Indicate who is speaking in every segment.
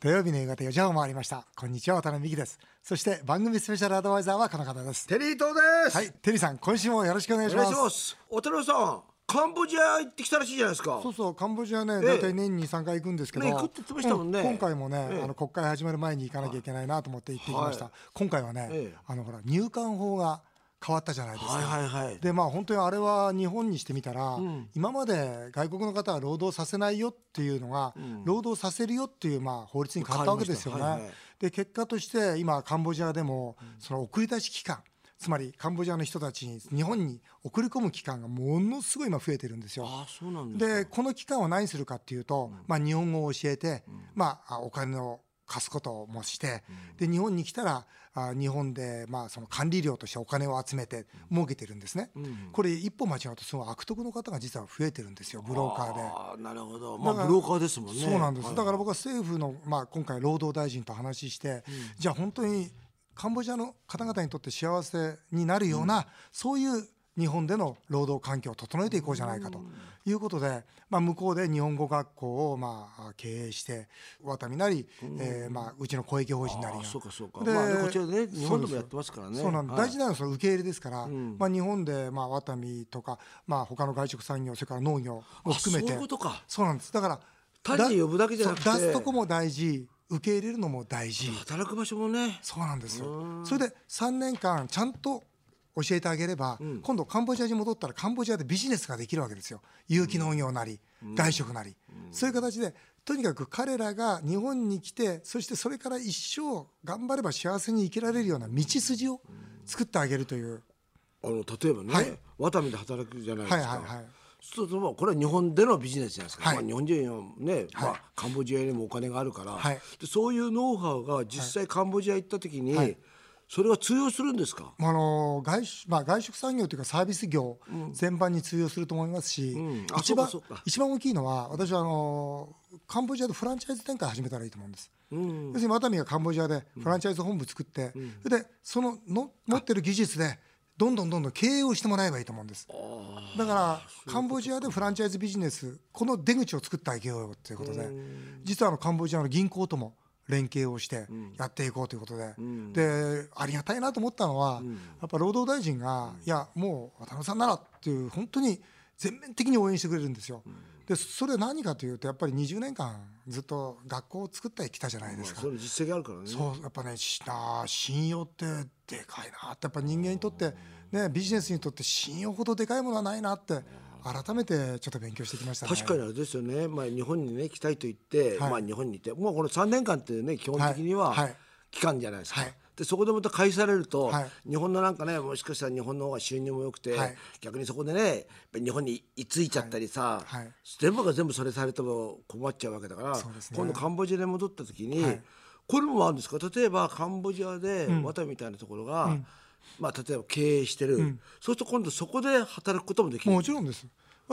Speaker 1: 土曜日の夕方4時半を回りましたこんにちは渡辺美希ですそして番組スペシャルアドバイザーはこの方です
Speaker 2: テリー伊藤です。
Speaker 1: はいテリーさん今週もよろしくお願い
Speaker 2: お
Speaker 1: しま
Speaker 2: 願い
Speaker 1: す
Speaker 2: します。渡辺さん、カンボジア行ってきたらしいじゃないですか。
Speaker 1: そうそうカンボジアね、
Speaker 2: ええ
Speaker 1: 大体年に3回行くんですけど、
Speaker 2: ね行くって言ってましたもんね
Speaker 1: う今回もね、
Speaker 2: ええ
Speaker 1: あの国会始まる前に行かなきゃいけないなと思って行ってきました、
Speaker 2: はい
Speaker 1: 今回はね、
Speaker 2: ええ
Speaker 1: あのほら入管法が変わったじゃないですか、
Speaker 2: はいはいはい。
Speaker 1: でまあ本当にあれは日本にしてみたら、
Speaker 2: ん
Speaker 1: 今まで外国の方は労働させないよっていうのが、
Speaker 2: ん
Speaker 1: 労働させるよっていうまあ法律に変わったわけですよね。
Speaker 2: 変わりましたはいはい
Speaker 1: で結果として今カンボジアでも、その送り出し期間つまりカンボジアの人たちに日本に送り込む期間がものすごい今増えてるんですよ。
Speaker 2: ああ、そうなんですか
Speaker 1: でこの期間は何するかっていうと、まあ、日本語を教えて、まあ、あお金を貸すこともして、で日本に来たらあ日本で、まあ、その管理料としてお金を集めて儲けてるんですね、これ一歩間違うとその悪徳の方が実は増えてるんですよブローカーで。
Speaker 2: ああ、なるほど。ま
Speaker 1: だか
Speaker 2: あ
Speaker 1: ら
Speaker 2: ブローカーですもんね。
Speaker 1: そうなんです、
Speaker 2: はい
Speaker 1: だから僕は政府の、まあ、今回労働大臣と話して、じゃあ本当にカンボジアの方々にとって幸せになるような、そういう日本での労働環境を整えていこうじゃないかということで、まあ、向こうで日本語学校をまあ経営してワタミなり、えーまあ、うちの公益法人なり
Speaker 2: あ
Speaker 1: が
Speaker 2: あ、そうかそうか。
Speaker 1: で
Speaker 2: まあねこちらね、日本で
Speaker 1: そうです
Speaker 2: もやってますからね。
Speaker 1: そうなんで
Speaker 2: は
Speaker 1: す
Speaker 2: い
Speaker 1: 大事なのはその受け入れですから、
Speaker 2: ん
Speaker 1: まあ、日本で、まあ、ワタミとか、まあ、他の外食産業それから農業も含めて
Speaker 2: あそういうことか
Speaker 1: そうなんですだから
Speaker 2: 単に呼ぶだけじゃなくて
Speaker 1: だそう出すとこも大事受け入れるのも大事
Speaker 2: 働く場所もね。
Speaker 1: そうなんですよ
Speaker 2: ん
Speaker 1: それで3年間ちゃんと教えてあげれば、今度カンボジアに戻ったらカンボジアでビジネスができるわけですよ有機農業なり、外食なり、そういう形でとにかく彼らが日本に来てそしてそれから一生頑張れば幸せに生きられるような道筋を作ってあげるという、
Speaker 2: あの例えば
Speaker 1: はい
Speaker 2: ね、ワタミで働くじゃないですか。
Speaker 1: はいはいはい
Speaker 2: そうそうこれは日本でのビジネスじゃないですか、
Speaker 1: はい
Speaker 2: まあ、日本人はね、まあ、カンボジアよりもお金があるから、
Speaker 1: はい
Speaker 2: でそういうノウハウが実際カンボジア行った時に、
Speaker 1: はい
Speaker 2: それは通用するんですか、
Speaker 1: まああの外食まあ、外食産業というかサービス業全般に通用すると思いますし、
Speaker 2: うんあ
Speaker 1: 一番
Speaker 2: そうかそうか
Speaker 1: 一番大きいのは私はあのカンボジアでフランチャイズ展開始めたらいいと思うんです。
Speaker 2: うん、
Speaker 1: 要するにワタミがカンボジアでフランチャイズ本部作って、それでそのの持ってる技術でどんどんどんどん経営をしてもらえばいいと思うんですだからカンボジアでフランチャイズビジネスこの出口を作ってあげようよということで実はあのカンボジアの銀行とも連携をしてやっていこうということで、でありがたいなと思ったのは、やっぱ労働大臣が、いやもう渡辺さんならっていう本当に全面的に応援してくれるんですよ。でそれ何かというとやっぱり20年間ずっと学校を作ってきたじゃないですか
Speaker 2: そ。れ実績あるからね
Speaker 1: そうやっぱねしな信用ってでかいなってやっぱ人間にとって、ね、ビジネスにとって信用ほどでかいものはないなって改めてちょっと勉強してきましたね。
Speaker 2: 確かにあれですよね、まあ、日本にね来たいと言って、
Speaker 1: はい
Speaker 2: まあ、日本にいてもうこの3年間ってね基本的には
Speaker 1: はいはい
Speaker 2: 期間じゃないですか。
Speaker 1: はい
Speaker 2: でそこでまた返されると、
Speaker 1: は
Speaker 2: 日本のなんかねもしかしたら日本の方が収入も良くて、
Speaker 1: はい
Speaker 2: 逆にそこでねやっぱり日本に居ついちゃったりさ、
Speaker 1: はいはい
Speaker 2: 全部が全部それされても困っちゃうわけだから、
Speaker 1: そうですね
Speaker 2: 今度カンボジアに戻った時に、
Speaker 1: はい
Speaker 2: これもあるんですか例えばカンボジアでワタみたいなところが、まあ、例えば経営してる、そうすると今度そこで働くこともできる
Speaker 1: もちろんです。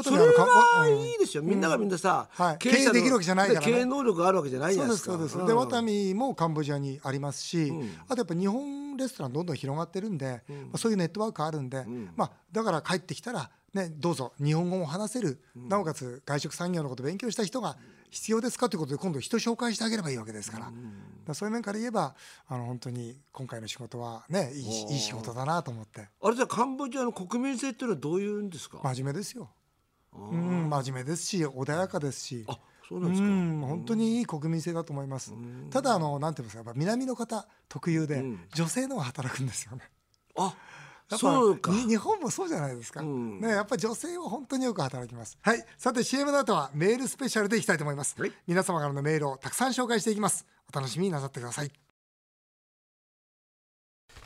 Speaker 2: それはいいですよ、みんながみんなさ、
Speaker 1: はい
Speaker 2: 者の
Speaker 1: 経営できるわけじゃないからね
Speaker 2: 経営能力があるわけじゃないじ
Speaker 1: そ
Speaker 2: ゃ
Speaker 1: うで
Speaker 2: ないですすか
Speaker 1: そうです、
Speaker 2: ん
Speaker 1: でワタミもカンボジアにありますし、あとやっぱ日本レストランどんどん広がってるんで、まあ、そういうネットワークあるんで、まあ、だから帰ってきたら、ね、どうぞ日本語も話せる、なおかつ外食産業のこと勉強した人が必要ですかということで今度人紹介してあげればいいわけですから,、そういう面から言えばあの本当に今回の仕事は、ね、いいしいい仕事だなと思って
Speaker 2: あれじゃあカンボジアの国民性っていうのはどういうんですか、
Speaker 1: 真面目ですよ、うん、真面目ですし穏やかですし。
Speaker 2: あそう
Speaker 1: う
Speaker 2: なんですか、
Speaker 1: ん、本当にいい国民性だと思います。ただあのなんていうんですか、やっぱ南の方特有で、女性の方が働くんですよね。や
Speaker 2: あ
Speaker 1: っぱ
Speaker 2: そうか
Speaker 1: に日本もそうじゃないですか、
Speaker 2: ん
Speaker 1: ね、やっぱり女性は本当によく働きますはいさて CM の後はメールスペシャルでいきたいと思います、
Speaker 2: はい
Speaker 1: 皆様からのメールをたくさん紹介していきますお楽しみになさってください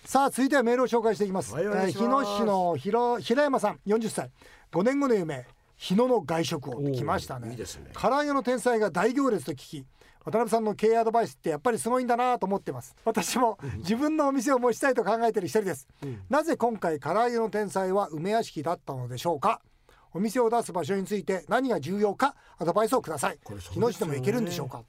Speaker 1: さあ続いてはメールを紹介していきます,、
Speaker 2: はいお願いしま
Speaker 1: 日
Speaker 2: す
Speaker 1: 野市のひろ平山さん40歳5年後の夢日野の外食を来ましたね
Speaker 2: いいですね
Speaker 1: 唐揚げの天才が大行列と聞き渡辺さんの経営アドバイスってやっぱりすごいんだなと思ってます私も自分のお店を持ちたいと考えている一人です、なぜ今回唐揚げの天才は梅屋敷だったのでしょうかお店を出す場所について何が重要かアドバイスをください
Speaker 2: れそうです
Speaker 1: 日
Speaker 2: よね
Speaker 1: 野市でも行けるんでしょうか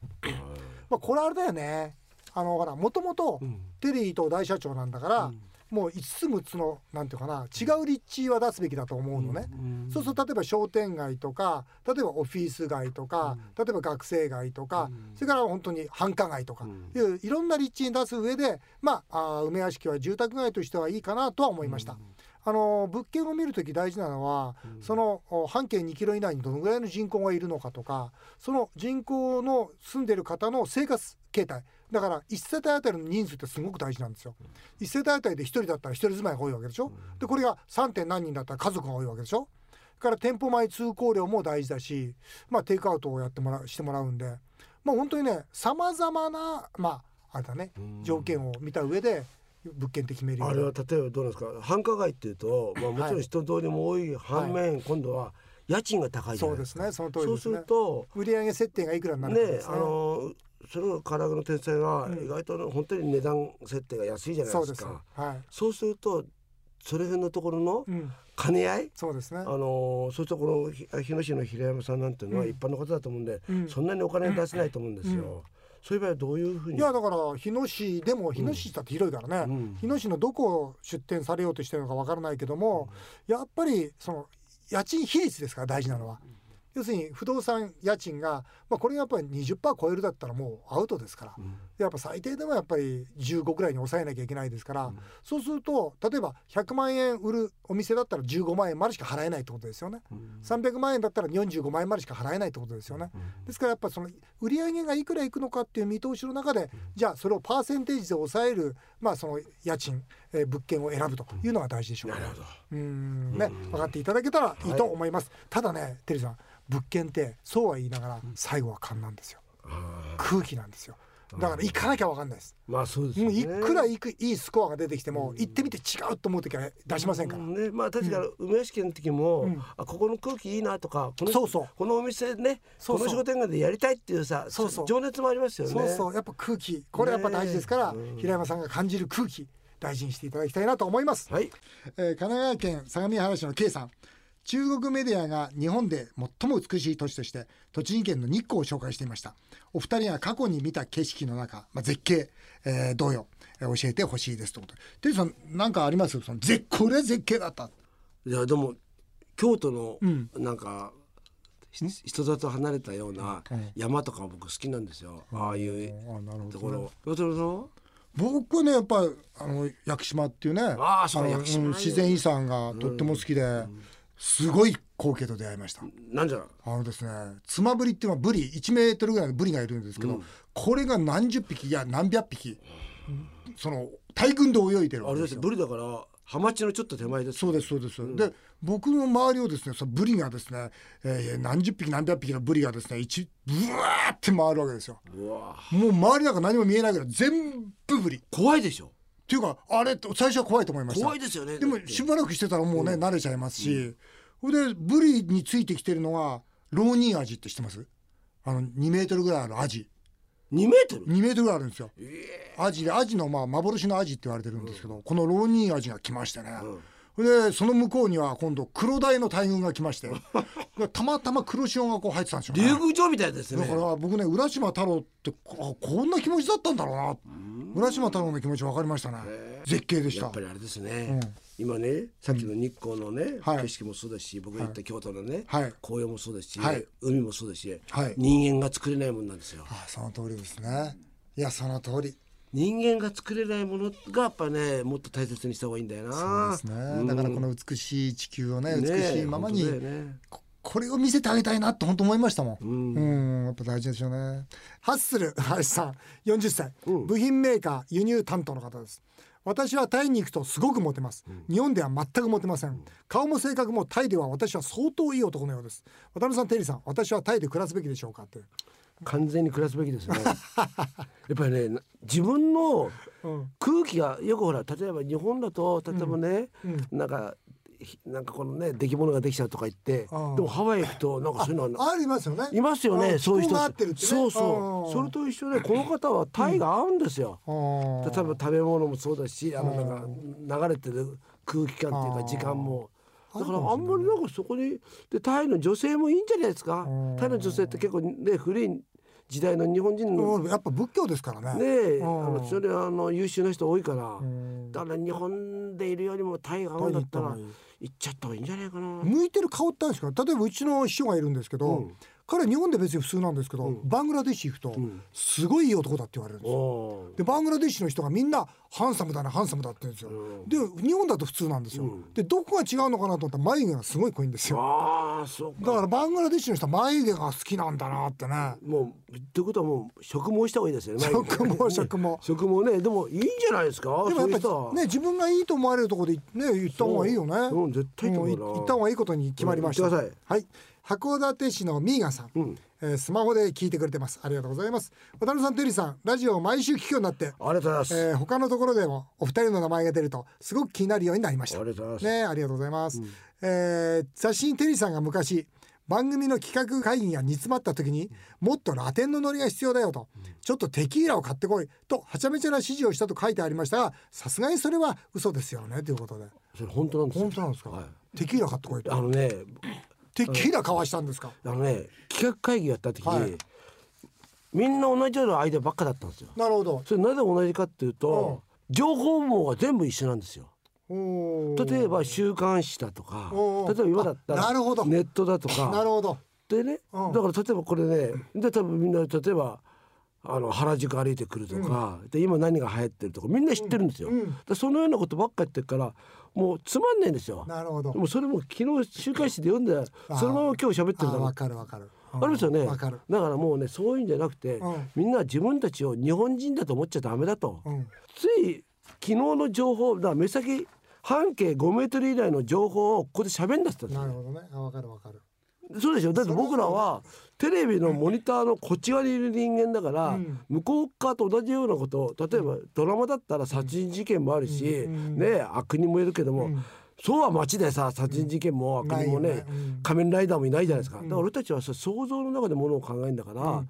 Speaker 1: まあこれあれだよねあのほらもともとテリーと大社長なんだから、もう5つ6つのなんていうかな違う立地は出すべきだと思うのね、そうすると例えば商店街とか例えばオフィス街とか、例えば学生街とか、それから本当に繁華街とかいう、いろんな立地に出す上でまああー梅屋敷は住宅街としてはいいかなとは思いました。あの物件を見るとき大事なのは、そのお半径2キロ以内にどのぐらいの人口がいるのかとかその人口の住んでる方の生活形態だから1世帯あたりの人数ってすごく大事なんですよ。1世帯あたりで1人だったら1人住まいが多いわけでしょでこれが 3. 点何人だったら家族が多いわけでしょだから店舗前通行量も大事だし、まあ、テイクアウトをやってもらうしてもらうんで、まあ、本当にねさまざまな、まあ、あれだね条件を見た上で物件って決めるよ
Speaker 2: あ
Speaker 1: う
Speaker 2: れ
Speaker 1: に
Speaker 2: は例えばどうなんですか繁華街っていうと、まあ、もちろん人通りも多い反面、今度は家賃が高いじ
Speaker 1: そ
Speaker 2: ゃな
Speaker 1: う
Speaker 2: い
Speaker 1: で
Speaker 2: です
Speaker 1: す
Speaker 2: か
Speaker 1: ねその通りです
Speaker 2: そ
Speaker 1: ね
Speaker 2: うすると
Speaker 1: 売上設定がいくらになるか
Speaker 2: ね
Speaker 1: です
Speaker 2: あのそれを唐揚げの天才が
Speaker 1: うん
Speaker 2: 意外とね本当に値段設定が安いじゃない
Speaker 1: そ
Speaker 2: で
Speaker 1: う
Speaker 2: す
Speaker 1: です
Speaker 2: か、
Speaker 1: はい、
Speaker 2: そうするとその辺のところの
Speaker 1: うん、
Speaker 2: 兼ね合い、
Speaker 1: そうですね
Speaker 2: あのそういうところひ日野市の平山さんなんていうのは
Speaker 1: うん
Speaker 2: 一般の方だと思うんで、
Speaker 1: うん
Speaker 2: そんなにお金出せないと思うんですよ、
Speaker 1: うん
Speaker 2: そういう場合はどういうふう
Speaker 1: い
Speaker 2: に
Speaker 1: やだから日野市でも日野市だって広いからね、
Speaker 2: うん
Speaker 1: 日野市のどこを出店されようとしてるのかわからないけども、やっぱりその家賃比率ですから大事なのは。要するに不動産家賃が、まあ、これがやっぱり20%超えるだったらもうアウトですから、やっぱ最低でもやっぱり15ぐらいに抑えなきゃいけないですから、そうすると例えば100万円売るお店だったら15万円までしか払えないってことですよね、300万円だったら45万円までしか払えないってことですよね、ですからやっぱその売り上げがいくらいくのかっていう見通しの中でじゃあそれをパーセンテージで抑える、まあ、その家賃、えー物件を選ぶというのが大事でしょうね
Speaker 2: なるほど
Speaker 1: うーんね、分かっていただけたらいいと思います。ただね、てるさん、物件ってそうは言いながら最後は勘なんですよ。空気なんですよ。だから行かなきゃ分かんないです。
Speaker 2: まあそうです
Speaker 1: も
Speaker 2: よ
Speaker 1: う
Speaker 2: ね
Speaker 1: いくらいくいいスコアが出てきても、行ってみて違うと思う時は出しませんから。
Speaker 2: ねまあ確かに梅屋敷の時も、あここの空気いいなとかこの
Speaker 1: そうそう
Speaker 2: このお店ね
Speaker 1: そうそう
Speaker 2: この商店街でやりたいっていうさ
Speaker 1: そうそう
Speaker 2: 情熱もありますよね
Speaker 1: そうそう、やっぱ空気、これやっぱ大事ですから、平山さんが感じる空気、大事にしていただきたいなと思います。
Speaker 2: はい
Speaker 1: えー神奈川県相模原市の K さん中国メディアが日本で最も美しい都市として栃木県の日光を紹介していましたお二人が過去に見た景色の中、まあ、絶景、えー、どうよ、えー教えてほしいですということでテリーさん何かありますその絶これは絶景だった
Speaker 2: いやでも京都のなんか、ひ人里離れたような山とか僕好きなんですよ、ああいう
Speaker 1: あなるほ
Speaker 2: ところ渡辺さんは
Speaker 1: 僕はねやっぱあの屋久島っていうね
Speaker 2: あーそう
Speaker 1: の
Speaker 2: 屋久島
Speaker 1: うん自然遺産がとっても好きで、すごい光景と出会いました
Speaker 2: なんじゃろう
Speaker 1: あのですね、妻ブリっていうのはブリ1メートルぐらいのブリがいるんですけど、これが何十匹いや何百匹、その大群で泳いでる
Speaker 2: あ
Speaker 1: わ
Speaker 2: れ
Speaker 1: け
Speaker 2: で
Speaker 1: ですす
Speaker 2: よ
Speaker 1: よ。
Speaker 2: ブリだからハマチのちょっと手前です
Speaker 1: そうですそうです、で僕の周りをですねそのブリがですね、えー何十匹何百匹のブリがですね一ブワーって回るわけですよ
Speaker 2: うわあ
Speaker 1: もう周りなんか何も見えないけど全部ブリっ
Speaker 2: 怖いでしょ
Speaker 1: ていうかあれと最初は怖いと思いました
Speaker 2: 怖いですよね
Speaker 1: でも
Speaker 2: だって
Speaker 1: しばらくしてたらもうね、慣れちゃいますし、ほれでブリについてきてるのがローニーアジって知ってますあの2メートルぐらいあるアジ
Speaker 2: 2メートル
Speaker 1: 2メートルぐらいあるんですよ、アジでアジのまあ幻のアジって言われてるんですけど、このローニーアジが来ましてね、ほれでその向こうには今度黒鯛の大群が来まして たまたま黒潮がこう入ってたんですよ、ね、
Speaker 2: 竜宮城みたいです
Speaker 1: だ
Speaker 2: ね
Speaker 1: から僕ね浦島太郎ってこあこんな気持ちだったんだろうな浦島太郎の気持ち分かりましたね絶景でし
Speaker 2: や
Speaker 1: た
Speaker 2: っぱりあれですね、今ねさっきの日光のね、
Speaker 1: はい
Speaker 2: 景色もそうだし僕が行った京都のね、
Speaker 1: はい
Speaker 2: 紅葉もそうだし、
Speaker 1: はい
Speaker 2: 海もそうだし、
Speaker 1: はい
Speaker 2: 人間が作れないものなんですよ
Speaker 1: あその通りですねいやその通り
Speaker 2: 人間が作れないものがやっぱねもっと大切にした方がいいんだよな
Speaker 1: そうですね、だからこの美しい地球をね
Speaker 2: ね
Speaker 1: 美しいままに、
Speaker 2: 本当だよね
Speaker 1: ここれを見せてあげたいなって本当思いましたもんうんやっぱ大事ですよねハッスル 林さん40歳、部品メーカー輸入担当の方です私はタイに行くとすごくモテます、日本では全くモテません、顔も性格もタイでは私は相当いい男のようです渡辺さんテリーさん私はタイで暮らすべきでしょうかって
Speaker 2: 完全に暮らすべきです ねやっぱりねな自分の空気がよくほら例えば日本だと例えばね、なんかひなんかこのね出来物ができちゃうとか言ってで
Speaker 1: ああ
Speaker 2: もハワイ行くとなんかそういうのはな
Speaker 1: ありますよね
Speaker 2: いますよ
Speaker 1: あ
Speaker 2: ね
Speaker 1: の
Speaker 2: そういう
Speaker 1: 気
Speaker 2: 人
Speaker 1: 候が合ってるってね
Speaker 2: そうそううんそれと一緒でこの方はタイが合うんですよ、
Speaker 1: あ
Speaker 2: 例えば食べ物もそうだしあのなんか流れてる空気感っていうか時間もだからあんまりなんかそこにでタイの女性もいいんじゃないですかタイの女性って結構ねフリー時代の日本人の
Speaker 1: うんやっぱ仏教ですから
Speaker 2: ね
Speaker 1: ね。
Speaker 2: え
Speaker 1: う
Speaker 2: あ
Speaker 1: ん
Speaker 2: のそれはあの優秀な人多いから
Speaker 1: うん
Speaker 2: だから日本でいるよりもタイが合うんだったら行っちゃった方がいいんじゃないかな。
Speaker 1: 向いてる顔ってあるんですか例えばうちの師匠がいるんですけど、
Speaker 2: うん
Speaker 1: 彼日本で別に普通なんですけど、バングラデシュ行くと、
Speaker 2: ん
Speaker 1: すごいいい男だって言われるんですよ
Speaker 2: おー
Speaker 1: でバングラデシュの人がみんなハンサムだなハンサムだって言うんですよ、で日本だと普通なんですよ、でどこが違うのかなと思ったら眉毛がすごい濃いんですよ
Speaker 2: ああそう
Speaker 1: だ
Speaker 2: か。
Speaker 1: からバングラデシュの人は眉毛が好きなんだなってね
Speaker 2: もうということはもう植毛した方がいいですよね。
Speaker 1: 植毛
Speaker 2: 前に
Speaker 1: 植毛
Speaker 2: 植毛ねでもいいんじゃないですか。
Speaker 1: でも
Speaker 2: そうい
Speaker 1: や
Speaker 2: う
Speaker 1: っ
Speaker 2: 人
Speaker 1: ぱ
Speaker 2: は
Speaker 1: ね自分がいいと思われるところでね言った方がいいよね
Speaker 2: うんうん絶対いいと思うな
Speaker 1: も言った方がいいことに決まりました、
Speaker 2: うん言ってく
Speaker 1: はい函館市のミーガンさん、えースマホで聞いてくれてますありがとうございます渡辺さんテリーさんラジオを毎週聞くようになって
Speaker 2: ありがとうございます。
Speaker 1: えー他のところでもお二人の名前が出るとすごく気になるようになりました
Speaker 2: ありがとうございます
Speaker 1: ねありがとうございます、えー雑誌にテリーさんが昔番組の企画会議が煮詰まった時にもっとラテンのノリが必要だよと、ちょっとテキーラを買ってこいとはちゃめちゃな指示をしたと書いてありましたがさすがにそれは嘘ですよねということで
Speaker 2: それ本当なんですよ。
Speaker 1: 本当なんですか、
Speaker 2: はい
Speaker 1: テキーラ買ってこい
Speaker 2: あ
Speaker 1: と
Speaker 2: のね
Speaker 1: テキーラ買わしたんですか、
Speaker 2: あのね企画会議やった時に、
Speaker 1: はい
Speaker 2: みんな同じようなアイデアばっかだったんですよ。
Speaker 1: なるほど
Speaker 2: それなぜ同じかっていうと、情報網が全部一緒なんですよ。
Speaker 1: おー
Speaker 2: 例えば週刊誌だとか
Speaker 1: おうおう
Speaker 2: 例えば今だった
Speaker 1: あな
Speaker 2: ら
Speaker 1: るほど
Speaker 2: ネットだと
Speaker 1: なる
Speaker 2: か
Speaker 1: ほど
Speaker 2: でねだ
Speaker 1: うん
Speaker 2: から例えばこれねで多分みんな例えばあの原宿歩いてくるとか、で今何が流行ってるとかみんな知ってるんですよ。
Speaker 1: うんうん
Speaker 2: でそのようなことばっかやってるからもうつまんないんですよ。
Speaker 1: なるほど
Speaker 2: もうそれも昨日週刊誌で読んで
Speaker 1: あー
Speaker 2: そのまま今日喋って
Speaker 1: あ
Speaker 2: るから
Speaker 1: わかるわかる
Speaker 2: あるんですよね。
Speaker 1: わかる
Speaker 2: だからもうねそういうんじゃなくて、
Speaker 1: うん
Speaker 2: みんな自分たちを日本人だと思っちゃダメだと。
Speaker 1: うん
Speaker 2: つい昨日の情報だから目先半径5メートル以内の情報をここで喋んだって言っ
Speaker 1: な
Speaker 2: た
Speaker 1: んる
Speaker 2: です
Speaker 1: ほどね。あわかるわかる。
Speaker 2: よそうでしょだって僕らはテレビのモニターのこっち側にいる人間だから、
Speaker 1: うん
Speaker 2: 向こう側と同じようなことを例えばドラマだったら殺人事件もあるし、
Speaker 1: うん
Speaker 2: ね悪人もいるけども、
Speaker 1: うん
Speaker 2: そうは街でさ殺人事件も悪人もね,、
Speaker 1: ないよねうん
Speaker 2: 仮面ライダーもいないじゃないですか、だから俺たちはそれ想像の中でものを考えるんだから、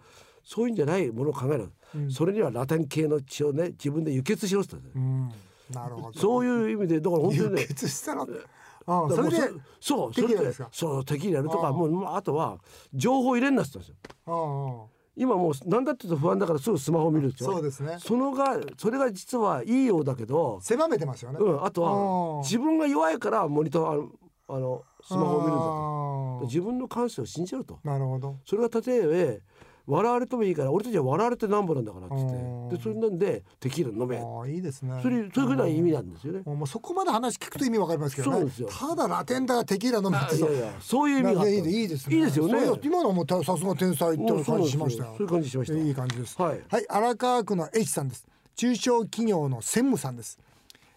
Speaker 2: そういうんじゃないものを考える、それにはラテン系の血をね自分で輸血しろって言ったんで
Speaker 1: うん。
Speaker 2: すよ
Speaker 1: なるほど。
Speaker 2: そういう意味でだから本当にね
Speaker 1: 輸血したら。ああ、
Speaker 2: だか
Speaker 1: そ
Speaker 2: らも
Speaker 1: れ
Speaker 2: う
Speaker 1: で。
Speaker 2: そう
Speaker 1: テ
Speaker 2: そ
Speaker 1: キー
Speaker 2: れ
Speaker 1: ラで
Speaker 2: です
Speaker 1: か
Speaker 2: そう敵にやると
Speaker 1: あ
Speaker 2: か
Speaker 1: あ
Speaker 2: もうもうあとは情報入れんなって言ったんですよ
Speaker 1: ああああ。
Speaker 2: 今もう何だって言うと不安だからすぐスマホ見るでしょ
Speaker 1: そうですね
Speaker 2: そのがそれが実はいいようだけど、
Speaker 1: 狭めてますよね。
Speaker 2: うん、あと
Speaker 1: ああ
Speaker 2: は自分が弱いからモニターあのあのスマホを見るんだ
Speaker 1: を
Speaker 2: と自分の感性を信じろと
Speaker 1: だ。なるほど。
Speaker 2: それが例えば笑われてもいいから俺たちは笑われてなんぼなんだからって言っ
Speaker 1: ああ
Speaker 2: てでそれなんでテキーラ飲め
Speaker 1: ああ、いいですね。
Speaker 2: それそういうふうな意味なんですよね。
Speaker 1: もうそこまで話聞くと意味わかりますけど
Speaker 2: そう
Speaker 1: ね
Speaker 2: ですよ。
Speaker 1: ただラテンだテキーラ飲むって
Speaker 2: い
Speaker 1: さ
Speaker 2: やいやそういう意味があ
Speaker 1: な
Speaker 2: っ
Speaker 1: ん
Speaker 2: た
Speaker 1: かいいでいいですね。
Speaker 2: いいですよね
Speaker 1: そういや今のはもうたさすが天才って感じしましたよ
Speaker 2: も。うそうなんですよそういう感じしました
Speaker 1: いい感じです。
Speaker 2: はい
Speaker 1: 荒川区の H さんです。中小企業の専務さんです。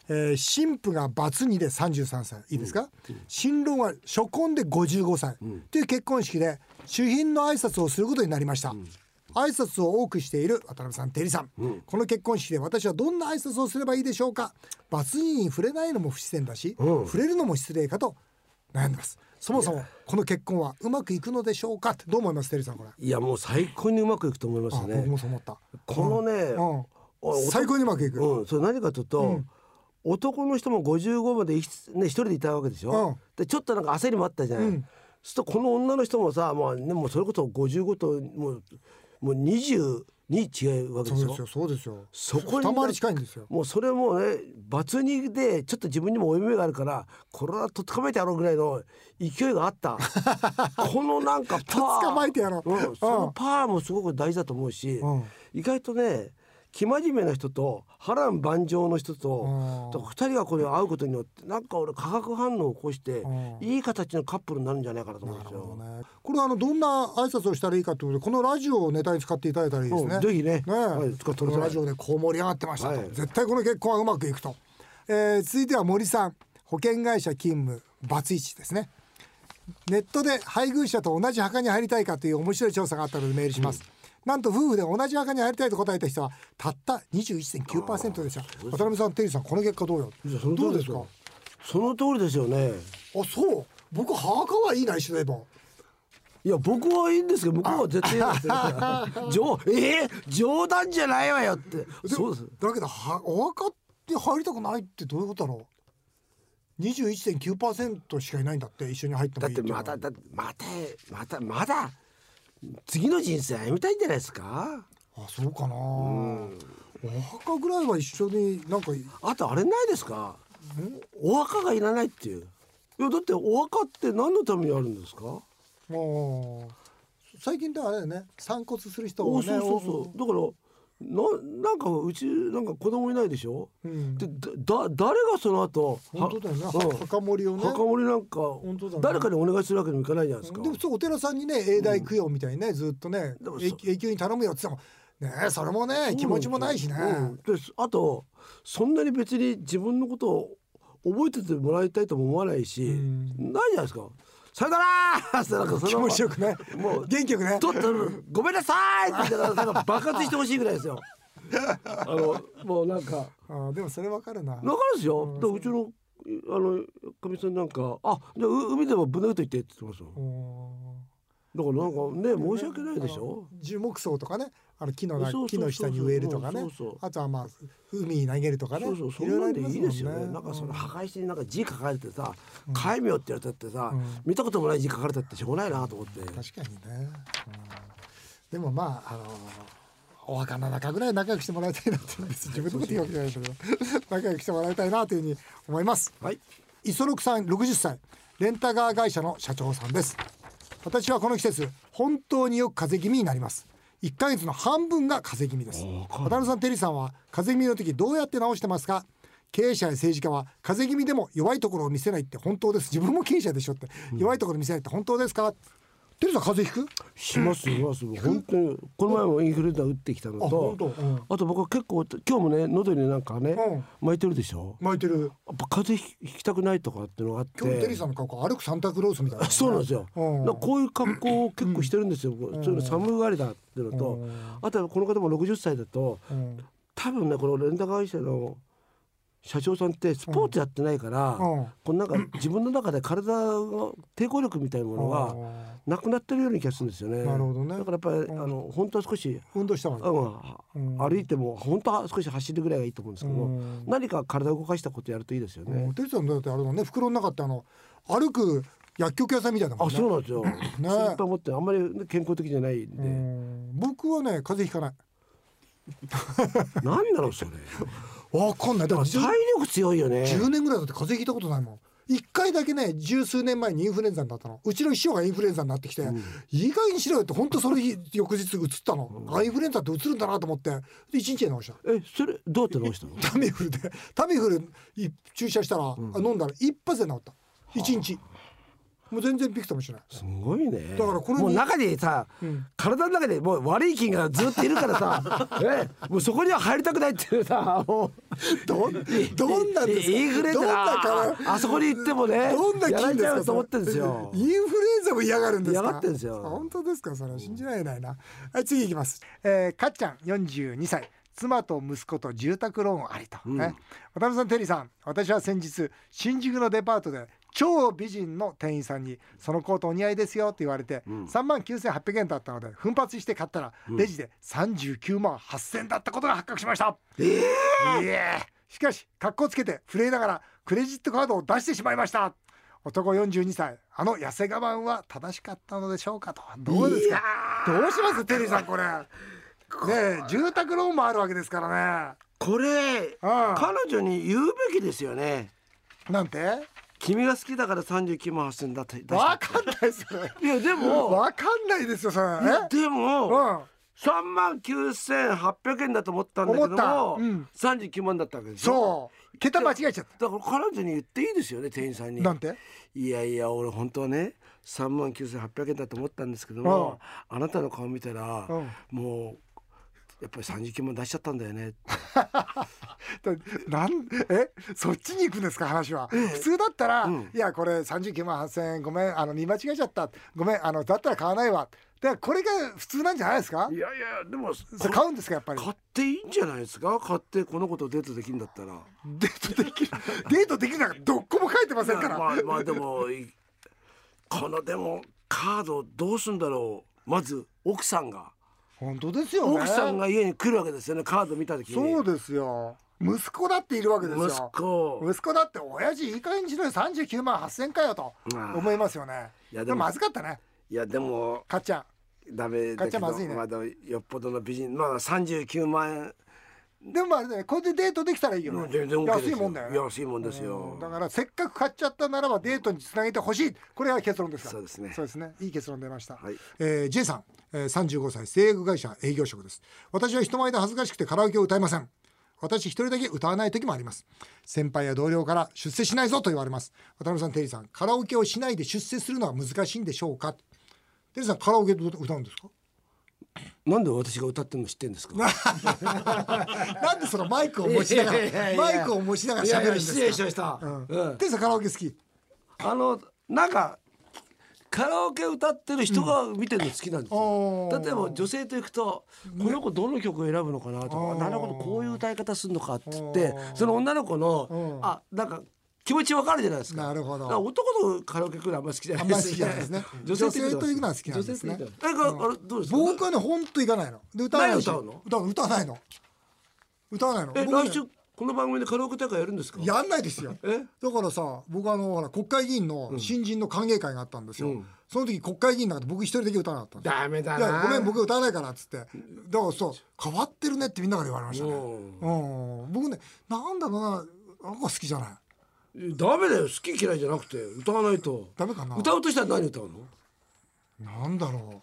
Speaker 1: えー、新婦がバツ2で33歳いいですか、新郎が初婚で55歳、という結婚式で主賓の挨拶をすることになりました、挨拶を多くしている渡辺さんテリーさん、この結婚式で私はどんな挨拶をすればいいでしょうかバツ2に触れないのも不自然だし、
Speaker 2: うん
Speaker 1: 触れるのも失礼かと悩んでますそもそもこの結婚はうまくいくのでしょうかってどう思いますテリーさんこれ、
Speaker 2: いやもう最高にうまくいくと思います
Speaker 1: あ僕も
Speaker 2: ね。
Speaker 1: そう思った
Speaker 2: このね、
Speaker 1: うん
Speaker 2: お男
Speaker 1: 最高にうまくいく、
Speaker 2: うん、それ何かというと、男の人も55までいつね一人でいたわけでしょ。
Speaker 1: うん
Speaker 2: でちょっとなんか焦りもあったじゃない。
Speaker 1: うん
Speaker 2: そうするとこの女の人もさ、まあねもうそれこそ55ともうもう20に違うわけで
Speaker 1: そ
Speaker 2: し
Speaker 1: うですよ
Speaker 2: ょ。
Speaker 1: そうですよ
Speaker 2: そこに
Speaker 1: 二回り近いんですよ
Speaker 2: もうそれもね罰にでちょっと自分にも負い目があるからこれはとっ捕まえてやろうぐらいの勢いがあった このなんかパワー
Speaker 1: 捕まえてやろう
Speaker 2: うん、そのパワーもすごく大事だと思うし、
Speaker 1: うん
Speaker 2: 意外とね生真面目な人と波乱万丈の人
Speaker 1: うん
Speaker 2: とだから二人がこれ会うことによってなんか俺化学反応を起こして
Speaker 1: ん
Speaker 2: いい形のカップルになるんじゃないかなと思うんですよ。
Speaker 1: ねこれはあのどんな挨拶をしたらいいかということでこのラジオをネタに使っていただいたらいいですね。
Speaker 2: うんぜひね
Speaker 1: ねえ
Speaker 2: はい使っ
Speaker 1: こ
Speaker 2: てください
Speaker 1: のラジオでこう盛り上がってましたと、
Speaker 2: はい
Speaker 1: 絶対この結婚はうまくいくと。えー続いては森さん保険会社勤務バツイチですね。ネットで配偶者と同じ墓に入りたいかという面白い調査があったのでメールします。なんと夫婦で同じ墓に入りたいと答えた人はたった21.9%でした。渡辺さん、テリーさん、この結果どうよ
Speaker 2: いやそ。の通
Speaker 1: ど
Speaker 2: り
Speaker 1: うですか
Speaker 2: よ。その通りですよね。
Speaker 1: あ、そう。僕墓はいいな一緒でば。
Speaker 2: いや僕はいいんですけど向こうは絶対嫌です よ冗えー、冗談じゃないわよって
Speaker 1: で
Speaker 2: そうです
Speaker 1: だけどはお墓って入りたくないってどういうことだろう21.9%しかいないんだって一緒に入っても
Speaker 2: だっ
Speaker 1: いいって
Speaker 2: て
Speaker 1: いうの
Speaker 2: ま
Speaker 1: は
Speaker 2: ただってまたまたまだ次の人生歩みたいんじゃないですか
Speaker 1: あそうかな、お墓ぐらいは一緒になんか
Speaker 2: あとあれないですかお墓がいらないっていういやだってお墓って何のためにあるんですか
Speaker 1: もう最近ではあれだよね散骨する人
Speaker 2: お
Speaker 1: をね
Speaker 2: そうそうそうだからななんかうちなんか子供いないでしょ、
Speaker 1: うん
Speaker 2: でだだ誰がその後は
Speaker 1: 本当だよね
Speaker 2: うん
Speaker 1: 墓守りをね
Speaker 2: 墓守りなんか
Speaker 1: 本当だね
Speaker 2: 誰かにお願いするわけにもいかないじゃないですか
Speaker 1: でもそうお寺さんにね永代供養みたいにねずっとね
Speaker 2: でもそう
Speaker 1: 永永久に頼むよって言ってもねそれもね気持ちもないしね
Speaker 2: うんですあとそんなに別に自分のことを覚えててもらいたいとも思わないし、
Speaker 1: ん
Speaker 2: ないじゃないですか「 さよなら!」ってなんかその
Speaker 1: 気持ちよくね
Speaker 2: もう
Speaker 1: 元気よくね
Speaker 2: ちょっとごめんなさい!」って言いながらなんか爆発してほしいぐらいですよ。 あのもうなんか
Speaker 1: あーでもそれわかるな
Speaker 2: わかるですよ。だからうちのあのかみさんなんか「あじゃあう海でもぶん投げといて」って言ってますよ。
Speaker 1: お
Speaker 2: だからなんかね
Speaker 1: ー
Speaker 2: 申し訳ないでしょ。
Speaker 1: あの樹木葬とかねあの木のな
Speaker 2: そうそう
Speaker 1: 木の下に植えるとかね
Speaker 2: そうそう
Speaker 1: あとはまあ海に投げるとかね
Speaker 2: そうそうそ
Speaker 1: いろ
Speaker 2: んなん
Speaker 1: い
Speaker 2: で
Speaker 1: ろあり
Speaker 2: いい
Speaker 1: ま
Speaker 2: ですよ
Speaker 1: も
Speaker 2: ね。
Speaker 1: ん
Speaker 2: なんかその
Speaker 1: うん
Speaker 2: 破壊してなんか字書かれてさ「戒名」って言われたってさ
Speaker 1: うん
Speaker 2: 見たこともない字書かれたってしょうがないなと思って。
Speaker 1: 確かにね、うんでもまああのお墓の中ぐらい仲良くしてもらいたいなっていう別に自分のこと言うわけじゃないんだけど仲良くしてもらいたいなというふうに思います
Speaker 2: はい。
Speaker 1: 磯六さん60歳レンタカー会社の社長さんです私はこの季節本当によく風邪気味になります1ヶ月の半分が風邪気味です渡辺さんテリーさんは風邪気味の時どうやって治してますか経営者や政治家は風邪気味でも弱いところを見せないって本当です自分も経営者でしょって、弱いところ見せないって本当ですかテリーさん風邪ひく
Speaker 2: しますし ます本当にこの前もインフルエンザ打ってきたの
Speaker 1: あ本当
Speaker 2: と
Speaker 1: うん
Speaker 2: あと僕は結構今日もね喉になんかね
Speaker 1: うん
Speaker 2: 巻いてるでしょ
Speaker 1: 巻いてる
Speaker 2: やっぱ風邪ひひきたくないとかってのがあっ
Speaker 1: 今日テリー
Speaker 2: て
Speaker 1: さんの格好歩くサンタクロースみたいな、
Speaker 2: そうなんですよ、
Speaker 1: うん
Speaker 2: だからこういう格好を結構してるんですよ、僕そういうの寒がりだっていうのと、あとはこの方も60歳だと
Speaker 1: うん
Speaker 2: 多分ねこのレンタカー会社の社長さんってスポーツやってないから、
Speaker 1: うん
Speaker 2: このなんか自分の中で体の抵抗力みたいなものがなくなってるような気がするんですよね。
Speaker 1: なるほどね
Speaker 2: だからやっぱり、あの本当は少し
Speaker 1: 運動した方がいい
Speaker 2: うん、歩いても本当は少し走るぐらいがいいと思うんですけど、
Speaker 1: うん
Speaker 2: 何か体を動かしたことやるといいですよね。
Speaker 1: うんテリーさんだってあれだね袋の中ってあの歩く薬局屋さんみたいなもん
Speaker 2: あ、
Speaker 1: ね
Speaker 2: そうなんですよ。心配持ってあんまり健康的じゃないんで、
Speaker 1: うん僕はね風邪ひかない
Speaker 2: 何なの それ。
Speaker 1: わかんないだから
Speaker 2: 体
Speaker 1: 10,
Speaker 2: 力強いよね。
Speaker 1: 10年ぐらいだって風邪ひいたことないもん一回だけね十数年前にインフルエンザになったのうちの師匠がインフルエンザになってきて、いい加減にしろよって本当その日 翌日移ったの、あインフルエンザって移るんだなと思ってで一日で治した
Speaker 2: え、それどうやって直した の？
Speaker 1: タミフルでタミフルい注射したら、あ飲んだら一発で治った一日もう全然びくともしない
Speaker 2: すごいね。
Speaker 1: だからこれに
Speaker 2: もう中にさ、体の中でもう悪い菌がずっといるか らさ、え、もうそこには入りたくないっていうさ、もう
Speaker 1: どんどんなんですか
Speaker 2: インフルエン
Speaker 1: ど
Speaker 2: ザ
Speaker 1: んな
Speaker 2: が
Speaker 1: 体
Speaker 2: あそこに行ってもね、
Speaker 1: どんな菌ですか
Speaker 2: やられちゃうと思っ
Speaker 1: そ
Speaker 2: て
Speaker 1: れ
Speaker 2: んです よ
Speaker 1: イ。ンフルエンザも嫌がるんですか
Speaker 2: 嫌がってんですよ
Speaker 1: あ本当ですかそれは信じられないな、はい次いきます、えー、かっちゃん42歳妻と息子と住宅ローンありと、ね渡辺さんテリーさん私は先日新宿のデパートで超美人の店員さんに「そのコートお似合いですよ」って言われて、3万9800円だったので奮発して買ったら、レジで39万8000円だったことが発覚しましたいやしかし格好つけて震えながらクレジットカードを出してしまいました男42歳あの痩せ我慢は正しかったのでしょうかとどうですかどうしますテリーさん これねえ住宅ローンもあるわけですからね
Speaker 2: これ
Speaker 1: ああ
Speaker 2: 彼女に言うべきですよね
Speaker 1: なんて
Speaker 2: 君が好きだから39万8000だって出した
Speaker 1: わかんないそれ
Speaker 2: いやでも
Speaker 1: わかんないですよそれ
Speaker 2: いやで
Speaker 1: う
Speaker 2: も
Speaker 1: ん
Speaker 2: 3万9800円だと思ったんだけど
Speaker 1: 思
Speaker 2: も、
Speaker 1: ったうん
Speaker 2: 39万だったわけでしょ
Speaker 1: そう桁間違えちゃっ
Speaker 2: だから彼女に言っていいですよね店員さん
Speaker 1: た
Speaker 2: に
Speaker 1: なんて
Speaker 2: いやいや俺本当はね3万9800円だと思ったんですけどもあなたの顔見たら
Speaker 1: うん
Speaker 2: もうやっぱり39万出しちゃったんだよね
Speaker 1: だ なんえそっちに行くんですか話は、普通だったら、いやこれ39万8000円ごめんあの見間違えちゃったごめんあのだったら買わないわでこれが普通なんじゃないですか
Speaker 2: いやいやでも
Speaker 1: それ買うんですかやっぱり
Speaker 2: 買っていいんじゃないですか買ってこの子とデートできるんだったら。
Speaker 1: デートできる デートできるなんかどっこも書いてませんから、
Speaker 2: まあまあでもいこのでもカードどうすんだろうまず奥さんが
Speaker 1: 本当ですよね
Speaker 2: 奥さんが家に来るわけですよねカード見た時に
Speaker 1: そうですよ息子だっているわけですよ
Speaker 2: 息子
Speaker 1: 息子だって親父いい加減にしろよ39万8000円かよと
Speaker 2: まあ
Speaker 1: 思いますよね
Speaker 2: いや
Speaker 1: で
Speaker 2: でも
Speaker 1: もまずかったね
Speaker 2: いやでも
Speaker 1: かっちゃん
Speaker 2: ダメだけど
Speaker 1: 買っちゃまずいね
Speaker 2: だよっぽどの美人まあ39万円
Speaker 1: でもあれだよねこれでデートできたらいいよね、
Speaker 2: 全然 OK です
Speaker 1: 安
Speaker 2: よ
Speaker 1: いもんだよね
Speaker 2: 安いもんですよ
Speaker 1: うんだからせっかく買っちゃったならばデートにつなげてほしいこれが結論ですから
Speaker 2: そうですね
Speaker 1: そうですねいい結論出ました、
Speaker 2: はい
Speaker 1: えー J さん、えー、35歳製薬会社営業職です私は人前で恥ずかしくてカラオケを歌いません私一人だけ歌わない時もあります先輩や同僚から出世しないぞと言われます渡辺さんテリーさんカラオケをしないで出世するのは難しいんでしょうかテリーさんカラオケで歌うんです か
Speaker 2: なんで私が歌ってるの知って んですか
Speaker 1: なんでそのマイクを持ちなが
Speaker 2: いやいや
Speaker 1: ら
Speaker 2: いや
Speaker 1: マイクを持ちながら喋るんですか
Speaker 2: いやいや失礼しました、
Speaker 1: うん
Speaker 2: うん
Speaker 1: テリーさんカラオケ好き
Speaker 2: あのなんかカラオケ歌ってる人が見てるの好きなんですよ、
Speaker 1: うんあー
Speaker 2: 例えば女性と行くと、この子どの曲を選ぶのかなと
Speaker 1: あ
Speaker 2: か
Speaker 1: ー
Speaker 2: なるほどこういう歌い方するのかっつっ
Speaker 1: あ
Speaker 2: て
Speaker 1: ー
Speaker 2: その女の子の
Speaker 1: うん
Speaker 2: あなんか気持ちわかるじゃないですか
Speaker 1: なるほど
Speaker 2: だから男とカラオケ行くのはあんまり好きじゃない
Speaker 1: あんまり好きじゃないですね
Speaker 2: 女性と行くのは好
Speaker 1: 女性と行くのは好き
Speaker 2: き
Speaker 1: なんですね
Speaker 2: 女性と行くのは好きなんですねだからあれどうですか
Speaker 1: 僕はね本当行かないので歌わないし
Speaker 2: 何歌うの
Speaker 1: 歌歌わないの歌わないの
Speaker 2: え
Speaker 1: 僕はね
Speaker 2: 来週この番組でカラオケ大会やるんですか
Speaker 1: やんないですよ
Speaker 2: え
Speaker 1: だからさ僕あのほら国会議員の新人の歓迎会があったんですよ、
Speaker 2: うん
Speaker 1: その時国会議員の中で僕一人だけ歌わなかったんです
Speaker 2: ダメだ
Speaker 1: いや
Speaker 2: な
Speaker 1: ごめん僕歌わないからっつってだからそう変わってるねってみんなから言われましたねうん僕ねなんだろうななんか好きじゃない
Speaker 2: ダメだよ好き嫌いじゃなくて歌わないと
Speaker 1: ダメかな
Speaker 2: 歌うとしたら何歌うの
Speaker 1: なんだろ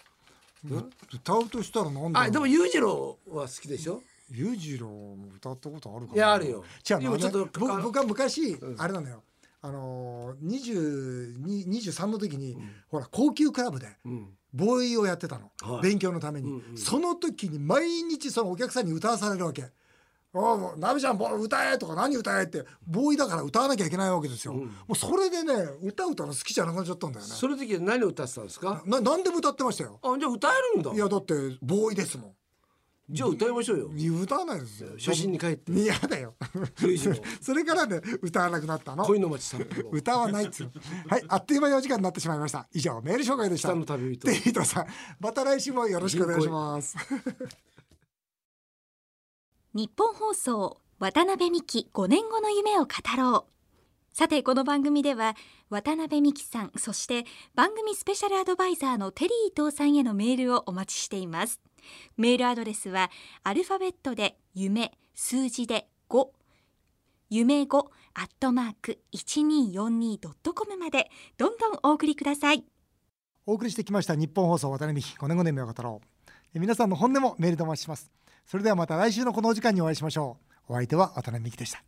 Speaker 1: うう歌うとしたらなんだろう
Speaker 2: あでも裕次郎は好きでしょ
Speaker 1: 裕次郎も歌ったことあるかない
Speaker 2: やあるよ
Speaker 1: 違うの
Speaker 2: 今ちょっと
Speaker 1: あのね
Speaker 2: あ
Speaker 1: 僕
Speaker 2: の
Speaker 1: 僕は昔、あれなのよあのー22 23の時に、ほら高級クラブで
Speaker 2: うん
Speaker 1: ボーイをやってたの、
Speaker 2: はい
Speaker 1: 勉強のために、
Speaker 2: うんうん
Speaker 1: その時に毎日そのお客さんに歌わされるわけ「おうナベちゃんボ歌え!」とか「何歌え!」ってボーイだから歌わなきゃいけないわけですよ、もうそれでね歌歌の好きじゃなくなっちゃったんだよね
Speaker 2: その時は何を歌ってたんですか
Speaker 1: な何でも歌ってましたよ
Speaker 2: あじゃあ歌えるんだ
Speaker 1: いやだってボーイですも
Speaker 2: じゃあ歌いましょうよ
Speaker 1: んいや歌わないですよ
Speaker 2: 初心に帰って
Speaker 1: 嫌だよ
Speaker 2: 裕次郎
Speaker 1: それからね歌わなくなったの
Speaker 2: 恋の街散歩
Speaker 1: 歌わないっつうのはいあっという間にお時間になってしまいました以上メール紹介でした
Speaker 2: 北の旅人
Speaker 1: テリートさんまた来週もよろしくお願いします
Speaker 3: 日本放送渡辺美希5年後の夢を語ろうさてこの番組では渡辺美希さんそして番組スペシャルアドバイザーのテリー伊藤さんへのメールをお待ちしていますメールアドレスはアルファベットで夢数字で5夢5アットマーク 1242.com までどんどんお送りください
Speaker 1: お送りしてきました日本放送渡辺美希5年5年目を語ろうえ皆さんの本音もメールでお待ちしますそれではまた来週のこのお時間にお会いしましょうお相手は渡辺美希でした